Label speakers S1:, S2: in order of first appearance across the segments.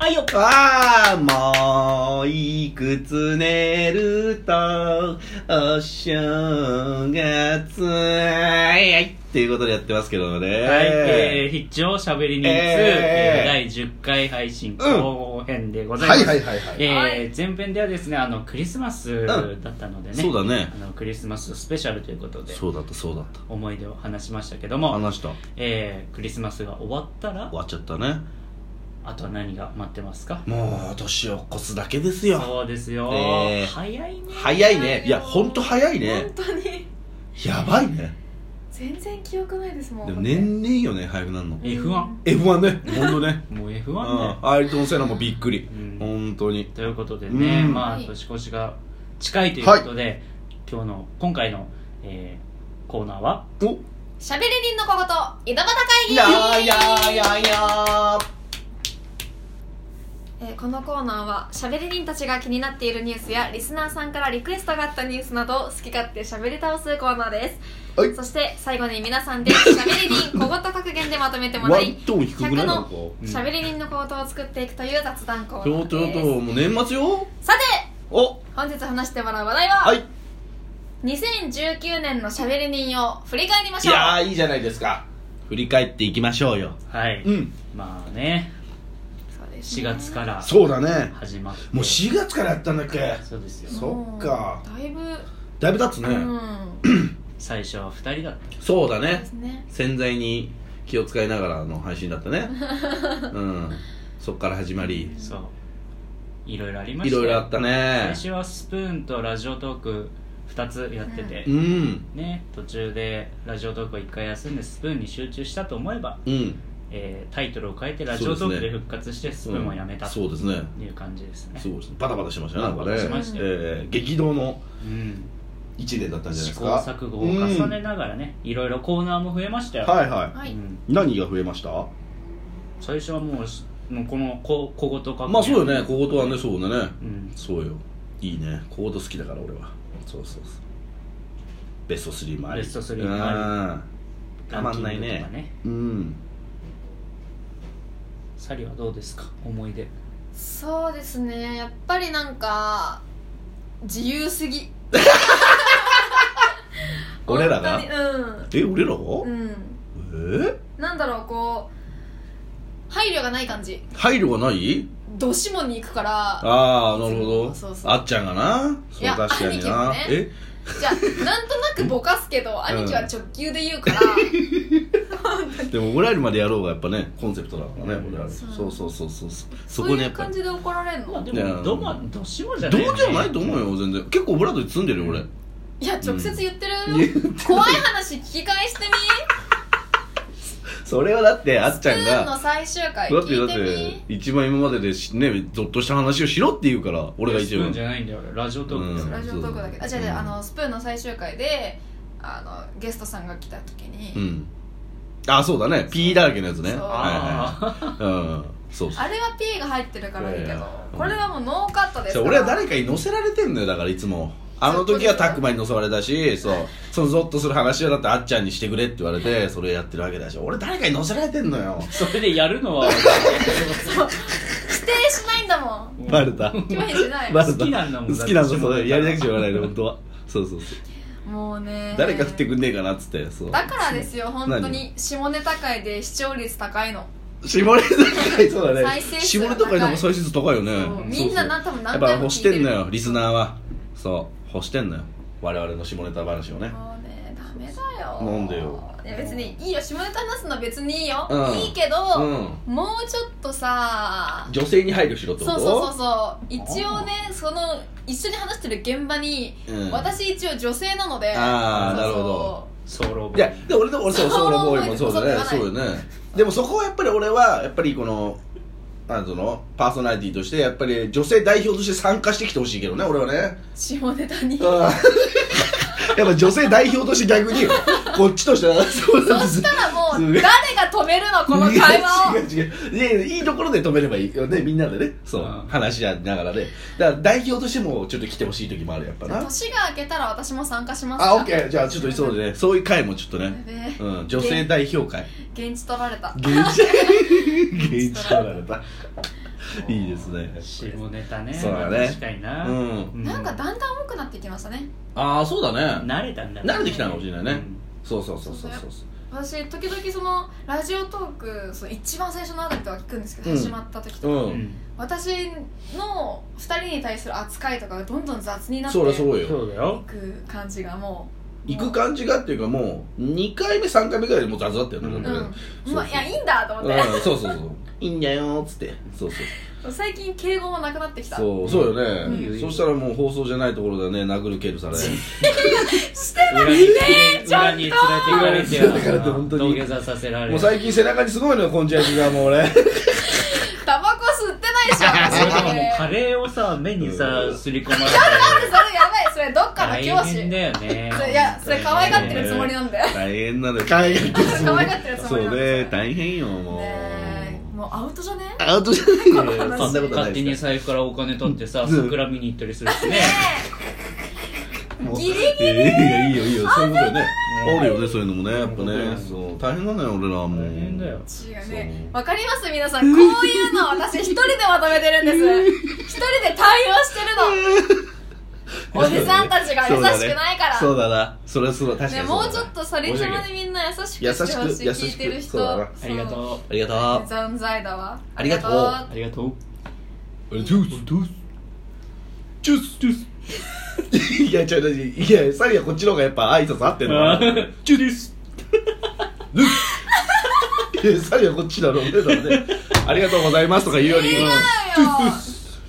S1: あいよ
S2: ああ、もういくつ寝ると、お正月。はいはい。っていうことでやってますけどもね。
S1: はい、えー、必聴しゃべり人2、
S2: えー
S1: えー第10回配信
S2: うん
S1: 後編でございま
S2: は
S1: す、
S2: いはいはいはい。
S1: えー
S3: はい
S1: 前編ではですねあのクリスマス
S2: ん
S1: だったのでね、
S2: そうだね
S1: あ。のクリスマススペシャルということで
S2: そうだった、そうだった。
S1: 思い出を話しましたけども、
S2: 話した。終
S1: えークリスマスが終わったら
S2: わっちゃったね。
S1: あとは何が待ってますか
S2: もう、年を越すだけですよ。
S1: そうですよ、
S2: えー
S1: 早いね
S2: 早いね。いや、ほんと早いね
S3: 本。当に
S2: やばいね。
S3: 全然記憶ないですもん
S2: でも年々いいよね、早くなるの。
S1: F1 も
S2: F1 ね。ほんとね。
S1: う
S2: うん
S1: F1 ね、
S2: アイルトン・セナもびっくり
S1: う。ん
S2: ほんとに。
S1: ということでね、
S2: うん
S1: まあ
S3: はい
S1: 年越しが近いということで、今日の今回の、えーコーナーは
S2: お
S3: しゃべり人の小言井戸端会議
S2: やーやーやーや
S3: えーこのコーナーはしゃべり人たちが気になっているニュースやリスナーさんからリクエストがあったニュースなどを好き勝手しゃべり倒すコーナーです、
S2: はい
S3: そして最後に皆さんでしゃべり人小言格言でまとめても
S2: ワ
S3: ら
S2: ン
S3: い
S2: トーン低くないなんか
S1: うん
S3: しゃべり人の小言を作っていくという雑談コー
S2: ち
S3: ナ
S2: ょ
S3: ー
S2: とょ
S3: で
S2: と
S3: す
S2: もう年末よ
S3: さて
S2: お
S3: 本日話してもらう話題は、
S2: はい
S3: 2019年のしゃべり人を振り返りま
S2: い
S3: しょう
S2: やーいいじゃないですか振り返っていきましょうよ
S1: はい、
S2: うん
S1: まあね
S3: そうですね
S1: 4月から
S2: そうだね
S1: 始まって
S2: もう4月からやったんだっけ
S1: そうですよ
S2: そっか
S3: うんだいぶ、
S2: だいぶ経つね、
S3: うん
S1: 最初は2人だっ
S2: そうだ
S3: で
S2: ね
S3: すね
S2: 潜在に気を使いながらの配信だった ねうんそっから始まり
S1: たそういろいろありま
S2: い
S1: した
S2: ろいろあったね
S1: 最初はスプーンとラジオトーク2つやってて、
S2: うん
S1: ね、途中でラジオトークを1回休んでスプーンに集中したと思えば、
S2: うん
S1: えータイトルを変えてラジオトークで復活してスプーンをやめたと
S2: そうですね
S1: いう感じですね、
S2: そうですねバタバタしてましたねなんか
S1: バタバ
S2: ね
S1: タしましたよ
S2: えー激動の
S1: うん、
S2: 1年だったんじゃない
S1: 試
S2: です
S1: 行
S2: か
S1: 錯誤を重ねながらね、いろいろコーナーも増えましたよ、
S2: はいはい、
S3: は
S1: う
S3: い、
S1: ん、
S2: 何が増えました
S1: 最初はもうしもうこのこ小言か
S2: まあそうよね小言はねそうだね
S1: うん
S2: そうよいいね小言好きだから俺はそうそうそうベスト3もあり
S1: ベスト3もあ
S2: うんたまんない
S1: ランキングと
S2: ね
S1: か
S2: うん
S1: サリはどうですか思い出
S3: そうですねやっぱりなんか自由すぎ
S2: 俺らが
S3: 本当
S2: え俺ら
S3: にう
S2: が
S3: んうん
S2: え
S3: なんだろうこう配慮がない感じ
S2: 配慮がない
S3: どしもに行くから
S2: ああなるほど
S3: そうそう
S2: あっちゃんがなそ
S3: いうや
S2: 確かにな
S3: 兄貴も
S2: え
S3: ねじゃあなんとなくぼかすけど兄貴は直球で言うから、
S2: でも俺らまでやろうがやっぱねコンセプトだからね俺ら
S3: そう
S2: そうそうそうそうそう そ
S3: そう
S2: こに
S3: い
S2: や
S3: う
S2: っぱ
S3: 感
S2: り
S3: じで怒られる
S1: まあ
S3: の
S1: で
S2: いや
S1: もど,、ま、どしもじゃない
S2: ど
S1: よ
S2: う
S1: ね
S2: じゃないと思うよ全然結構オブラートに包んでるよ俺
S3: いや直接言ってる、
S2: 言ってる
S3: 怖い話聞き返してみ
S2: それはだってあっちゃん
S3: ーン
S2: が
S3: の最終回
S2: だってだっ
S3: 聞いてみ
S2: て一番今まででしねゾッとした話をしろって言うから俺が
S1: ス
S2: 一
S1: プーン
S2: 番
S1: じゃないんだよ俺ラジオトークです
S2: うん
S3: ラジオトークだけどあ違う違
S2: う
S3: うんあのスプーンの最終回であのゲストさんが来た時に、
S2: うんあそうだね P だらけのやつね
S3: そう
S2: は
S1: あ
S2: いはいうんそうそう
S3: あれは P が入ってるからい
S2: い
S3: いけ
S2: やい
S3: ど
S2: や
S3: これはもうノーカットです
S2: そう
S3: から
S2: 俺は誰かに乗せられてんのよだからいつもあの時はタクマに乗せられたしそうそのゾッとする話はだってあっちゃんにしてくれって言われてそれやってるわけだし俺誰かに乗せられてんのよ
S1: それでやるのは
S3: 否定しないんだも ん
S2: バレた
S3: 拒否しない
S2: バレた
S1: 好きなんだもん
S2: 好きなんだ
S1: だって
S2: それやりたくちゃ言わないの本当はそうそうそう
S3: もうね
S2: 誰か振ってくんねえかなっつってそう
S3: だからですよ本当に下ネタ界で視聴率高いの
S2: 下ネタ高いそうだね
S3: 再生数
S2: 下
S3: が
S2: ネ
S3: 高い
S2: タ高いのも再生数高いよね
S3: そうみんなな多分
S2: やっ
S3: 何
S2: ぱ
S3: 回も
S2: 欲
S3: 聞
S2: し
S3: いて
S2: て
S3: る
S2: んのよリスナーはそう欲してんのよ我々の下ネタ話をね
S3: もうねダメだよ
S2: なんでよ
S3: いや別にいいよ下ネタ話すのは別にいいよ、
S2: うん
S3: いいけど、
S2: うん
S3: もうちょっとさ
S2: 女性に配慮しろってこ
S3: そ
S2: と
S3: うそうそうそう一応ねその一緒に話してる現場に、
S2: うん
S3: 私一応女性なので
S2: あーな
S3: そうそう
S2: るほど
S1: ソロ
S2: いやで俺と俺そう
S3: ソ
S2: ソ
S3: ウル
S2: ロボ
S3: ボ
S2: ーイ
S3: ーイ
S2: も
S3: も
S2: そうだねそう
S3: 嘘
S2: よねでもそこはやっぱり俺はやっぱりこのなんつうのパーソナリティとしてやっぱり女性代表として参加してきてほしいけどね俺はね
S3: 下ネタ に
S2: うんやっぱ女性代表として逆にこっちとしてはそうなん
S3: そ
S2: で
S3: し
S2: す
S3: たらも
S2: す
S3: う
S2: げえ
S3: 誰が止めるのこの会話を
S2: 違う違う違ういやいやいいところで止めればいいよねみんなでねそう、
S1: うん
S2: 話し合いながらで、だから代表としてもちょっと来てほしい時もあるやっぱな
S3: 年が明けたら私も参加します
S2: あオッケーじゃあちょっとそうでねそういう回もちょっと
S3: や
S2: ね、
S3: べえ
S2: うん、女性代表会
S3: 現地取られた
S2: 現地現地取られたいいですね
S1: 下ネタね
S2: そうだね
S1: 確かにな、
S2: うん
S3: なんかだんだん多くなってきましたね
S2: ああそうだね
S1: 慣れたんだ
S2: 慣れてきたのかもしれないねそうそうそうそうそう
S3: 私時々そのラジオトークそう一番最初のあたりとか聞くんですけど、
S2: うん
S3: 始まった時と
S2: う
S3: か、
S1: うん
S2: ん
S3: 私の2人に対する扱いとかがどんどん雑になって
S2: そりゃそう
S1: うん
S2: よ
S1: そうだよ
S3: いく感じがもう
S2: 行く感じがっていうかもう2回目3回目ぐらいでもう雑だったよね
S1: うん
S3: う、
S2: なんんかねそうそう
S3: まあいやいいんだと思っ
S2: うん
S3: て、
S2: そうそうそういいんだよーっつってそうそう
S3: 最近敬語もなくなってきた
S2: そうそうよね、
S1: うん
S2: そしたらもう放送じゃないところでね殴る蹴るされ
S3: してない
S1: 裏に裏に連れて行かれて
S2: 裏に連れて行かれて本当に
S1: 土下座させられ
S2: もう最近背中にすごいのよこんちゃちがもう俺
S3: タバコ吸ってないじゃん
S1: それとももう カ
S3: それ
S1: レーをさ目にさ
S2: うん
S1: すり込まれ
S3: やばいそれどっかの
S1: て
S3: 教
S1: 大
S3: 師
S1: 変だよね
S3: それいやそれ可愛がってるつもりなんだよ
S2: 大変なのよ大変で
S3: 可愛がってるつも
S2: そ
S3: りな
S2: うん
S3: だ
S2: ね
S3: よ
S2: 大変よもう、
S3: ねえもうアウトじゃね
S2: アウトじゃないよ
S1: えー
S2: そんなことな
S1: 勝
S2: い
S1: 手
S2: で
S1: に
S2: すか
S1: 財布からお金取ってさ
S2: ん
S1: 桜見に行ったりするしね
S2: もう
S3: ギリギ
S2: いやいいよいいよそういうことよね
S1: ね
S2: あるよねそういうのもねやっぱ
S1: そういう
S2: ね
S1: こと
S2: そう大変なのよ俺らはもう
S1: 大変だよ
S3: 違う
S2: そ
S3: ね
S2: う
S3: わかります皆さんこういうの私一人でまとめてるんです一人で対応して るのおじさんたちが優しくないから
S2: そうだなそうだなそれはそうだ確か
S3: ね
S2: に
S3: も
S2: そうだ
S3: ちょっとそれじゃまでみんな優しくしてほしい
S2: 優しく
S3: 聞いてる
S2: 優しくそ
S3: 人
S2: うだな
S1: ありがとう
S2: ありがとう
S3: 存在だわ
S2: ありがとう
S1: ありがとう
S2: ジュースジュースジュースジュース いやちょいやサリはこっちの方がやっぱ挨拶合ってんのかな
S1: チューです
S2: いやサリはこっちだろ俺らはねありがとうございますとか言うより
S3: 違うよ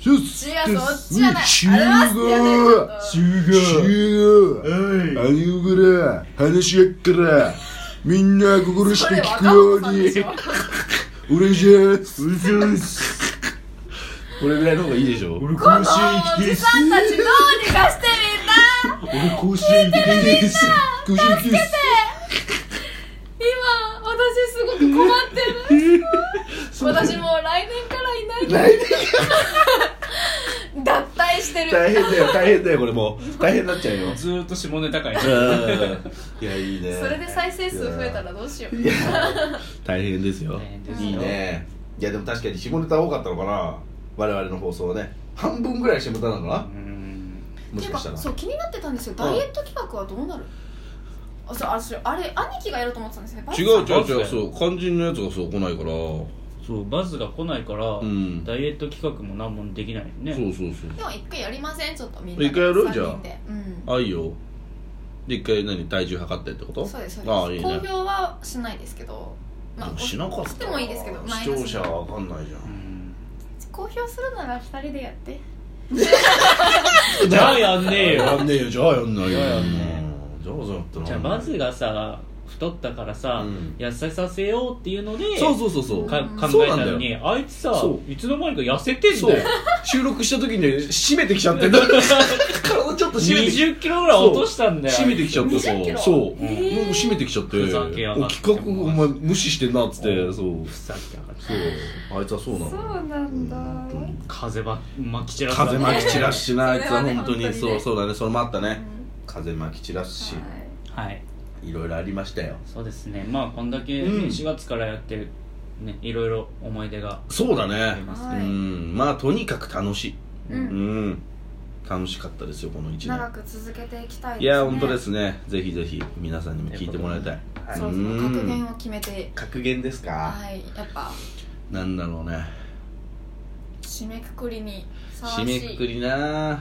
S2: ジュースジュース
S3: 違うそっちじゃない
S2: シュ
S3: あれは好きやねちょっ
S2: ガーシュガー
S3: と
S1: は
S2: ありうぐら話し合っからみんな心し
S3: そ
S2: て
S3: れ
S2: 聞
S3: 若
S2: くよう
S3: 者さんで
S2: に
S3: しょ
S2: お願いしますお願いしますこれぐらいの方がいいでしょ
S3: このおじさんたちどうにかしてみんな
S2: 俺甲子園行きたいです甲子園行きたいです
S3: 今私すごく困ってる 私もう来年からいない
S2: 来年
S3: 脱退してる
S2: 大変だよ大変だよこれもう大変になっちゃうよう
S1: ずーっと下ネタ会
S2: んいやいいね
S3: それで再生数増えたらどうしよう
S2: いや大変ですよ
S1: 大変ですよ
S2: いいねいやでも確かに下ネタ多かったのかな我々の放送はね半分ぐらい下ネタなのか
S1: う
S2: なんもしかした
S3: ていう
S2: ら
S3: かそう気になってたんですよ
S2: ん
S3: ダイエット企画はどうなるあそうあそうあれ兄貴がやると思ってたんですよねバイ
S2: 違う
S3: ト
S2: 違う違うそう肝心のやつがそう来ないから
S1: そうバズが来ないから、
S2: うん
S1: ダイエット企画も何もできないね
S2: そうそうそう
S3: でも一回やりませんちょっとみんなで
S2: 一回やるじゃあ
S3: 三人でうん
S2: あいよで一回何体重測ってってこと
S3: そうですそう
S2: ああい
S3: で
S2: い
S3: す
S2: ね
S3: 公表はしないですけど
S2: でもし
S3: 公
S2: なかっ
S3: したてもいいですけどマ
S2: 視
S3: イナス
S2: 聴者は分かんないじゃ
S1: うんん
S3: 表するなら二人でやって
S1: じゃあやんねえ
S2: や
S1: よ
S2: んねえよじゃあやんないよ
S1: じゃあやんね
S2: じゃあそうやったな
S1: じゃあバズがさ太ったからさ、
S2: うん
S1: 痩せさせようっていうので
S2: そうそうそうそう
S1: か
S2: そ
S1: 考
S2: う
S1: え
S2: な
S1: た
S2: んだ
S1: の
S2: よ
S1: にあいつさ
S2: そ
S1: いつの間にか痩せてん
S2: そう
S1: だよ
S2: 収録した時に締めてきちゃって た体ちょっと締めてき
S1: 20キロぐらい落としたんだよ
S2: 締めてきちゃって
S3: 20キ
S2: そう
S3: ロ
S2: そう、
S1: ん
S2: もう締めてきちゃって
S1: ふざけやがって
S2: お企画お前無視してんなっつって
S1: うん
S2: そう
S1: ふざけやがって
S2: そうあいつはそうなの
S3: なん
S2: うん
S1: 風ばまき散らす
S2: 風まき散らしなあいつは
S3: それはね
S2: 本当に
S3: 本当にね
S2: そうそうだねそれもあった
S3: う
S2: ね
S3: ん
S2: 風まき散らすし
S3: はい
S1: はい
S2: いろいろありましたよ
S1: そうですねまあこんだけ、ね
S2: うん
S1: 4月からやってねいろいろ思い出が
S2: そうだ
S1: あり
S2: ね
S1: ます
S2: う
S3: はい
S2: んまあとにかく楽しい
S3: うん
S2: うん楽しかったですよこの1年
S3: 長く続けていきたいです、ね、
S2: いや本当ですねぜひぜひ皆さんにも聞いてもらいたい
S3: そろそろ格言を決めて
S2: 格言ですか
S3: はいやっぱ
S2: なんだろうね
S3: 締めくくりにふさわし
S2: 締
S3: い
S2: めくくりななん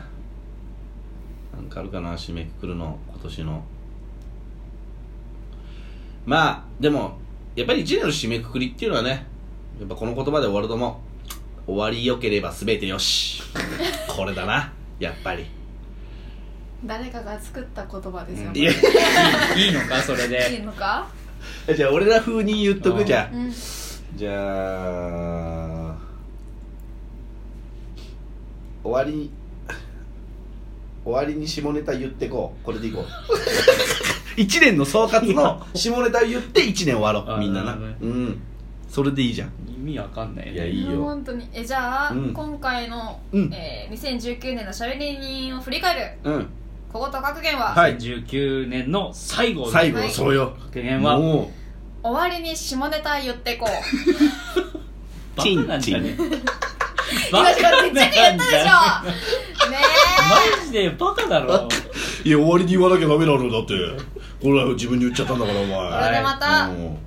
S2: かあるかな締めくくるの今年のまあでもやっぱり一年の締めくくりっていうのはねやっぱこの言葉で終わるとも終わりよければ全てよしこれだなやっぱり
S3: 誰かが作った言葉ですよ、
S1: うん
S2: いや
S1: いいいのかそれ
S3: いい
S1: で
S3: のか
S2: じゃあ俺ら風に言っと
S1: う
S2: く
S1: ん
S2: じゃあ
S3: うん
S2: じゃあ終わりに終わりに下ネタ言ってこうこれでい こう1年の総括の下ネタ言って1年終わろ
S1: あ
S2: う
S1: ー
S2: みんなな
S1: なるほどね
S2: うんそれでいいじゃん
S1: 意味わかんない
S2: いや
S1: ね
S2: いいよ
S3: 本当にえじゃあ、
S2: うん
S3: 今回の、
S2: うん
S3: えー、2019年のしゃべり人を振り返る
S2: うん
S3: 小言格言は、
S2: はい
S1: 19年の最後の
S2: 最後
S3: は
S2: はいそうよ
S1: 格言は
S2: も
S3: 終わりに下ネタ言ってこう
S1: バカなんだね
S3: 今しかめっちゃく言ったでしょね
S1: マジでバカだろ
S2: いや終わりに言わなきゃダメなのだってこれは自分に言っちゃったんだからお前
S3: えこれでまた
S2: うん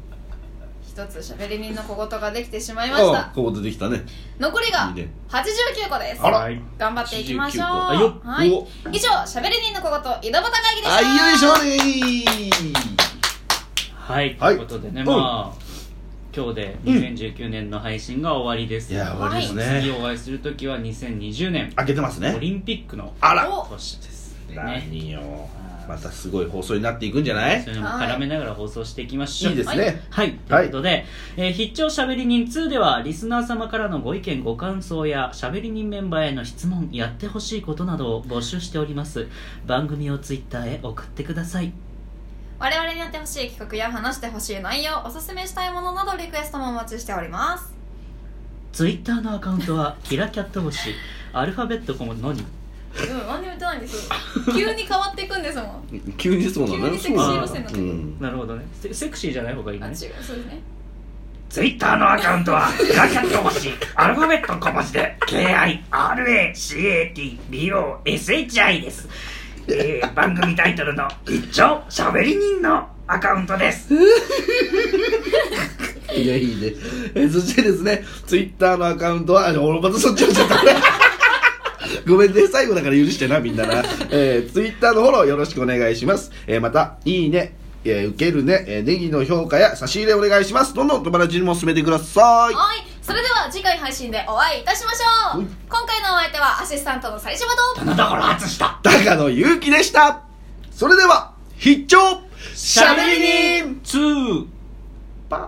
S3: 一つ喋り人の小言ができてしまいまし
S2: あ
S3: た
S2: ここでできたね
S3: 残り
S2: い
S3: が
S2: いね
S3: 89個です
S2: あら
S1: はい
S3: 頑張っていきましょう
S2: 89
S1: 個あよっ
S3: はい
S2: お
S3: 以上喋り人の小言井戸端会議でした
S2: あいいでしょうね
S1: はい、
S2: はい
S1: ということでね、
S2: うん
S1: まあ今日で2019年の配信が終わりです、
S2: いや終わりです
S1: 次
S2: ね
S1: お会いするときは2020年
S2: 開けてます
S1: オ
S2: ね
S1: リンピックの
S2: あら
S3: お
S1: 年ですんでね
S2: 何よまたすごい放送になっていくんじゃない
S1: そういうのも絡めながら放送していきましょ
S2: いういですね
S1: はい、ということで、えー必聴しゃべり人2ではリスナー様からのご意見ご感想やしゃべり人メンバーへの質問やってほしいことなどを募集しております番組をツイッターへ送ってください
S3: 我々にやってほしい企画や話してほしい内容おすすめしたいものなどリクエストもお待ちしております
S1: ツイッターのアカウントはキラキャット星アルファベット小文字のに
S3: うん何も言ってないんです急に変わっていくんですも ん
S2: 急にそうなの
S3: 急にセクシ
S1: ー路線に
S3: なって
S2: う
S3: くる
S2: ん
S1: なるほどねセセクシーじゃない方がいい
S3: あ違
S1: ね
S3: うそうですね
S1: ツイッターのアカウントは キラキャット星アルファベット小文字で KIRACATBOSHI です、えー番組タイトルの一丁しゃべり人のアカウントです
S2: いやいいねえそしてですねツイッターのアカウントはあ俺またそっち行っちゃったね ごめんね最後だから許してなみんなな、えー、ツイッターのフォローよろしくお願いします、えーまたいいねえー、受けるね、えー、ネギの評価や差し入れお願いしますどんどん友達にも勧めてください
S3: はいそれでは次回配信でお会いいたしましょう
S2: うん
S3: 今回のお相手はアシスタントの最島と
S1: だから外した
S2: 高野ゆうきでしたそれでは必聴しゃべり人
S1: 2
S2: パッ